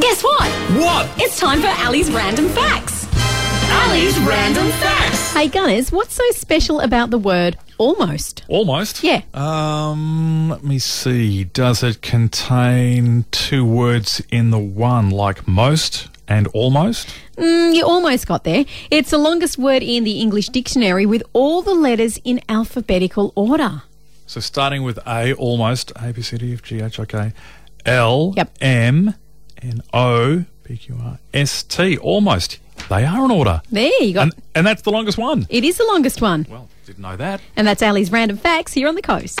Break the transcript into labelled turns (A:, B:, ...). A: Guess what?
B: What?
A: It's time for Ali's random facts. Ali's random facts. Hey Gunners, what's so special about the word almost?
B: Almost.
A: Yeah.
B: Um, let me see. Does it contain two words in the one, like most and almost?
A: Mm, you almost got there. It's the longest word in the English dictionary with all the letters in alphabetical order.
B: So starting with A, almost A B C D E F G H I K L
A: Yep.
B: M N O P Q R S T. Almost. They are in order.
A: There you go.
B: And and that's the longest one.
A: it is the longest one.
B: Well, didn't know that.
A: And that's Ali's random facts here on the coast.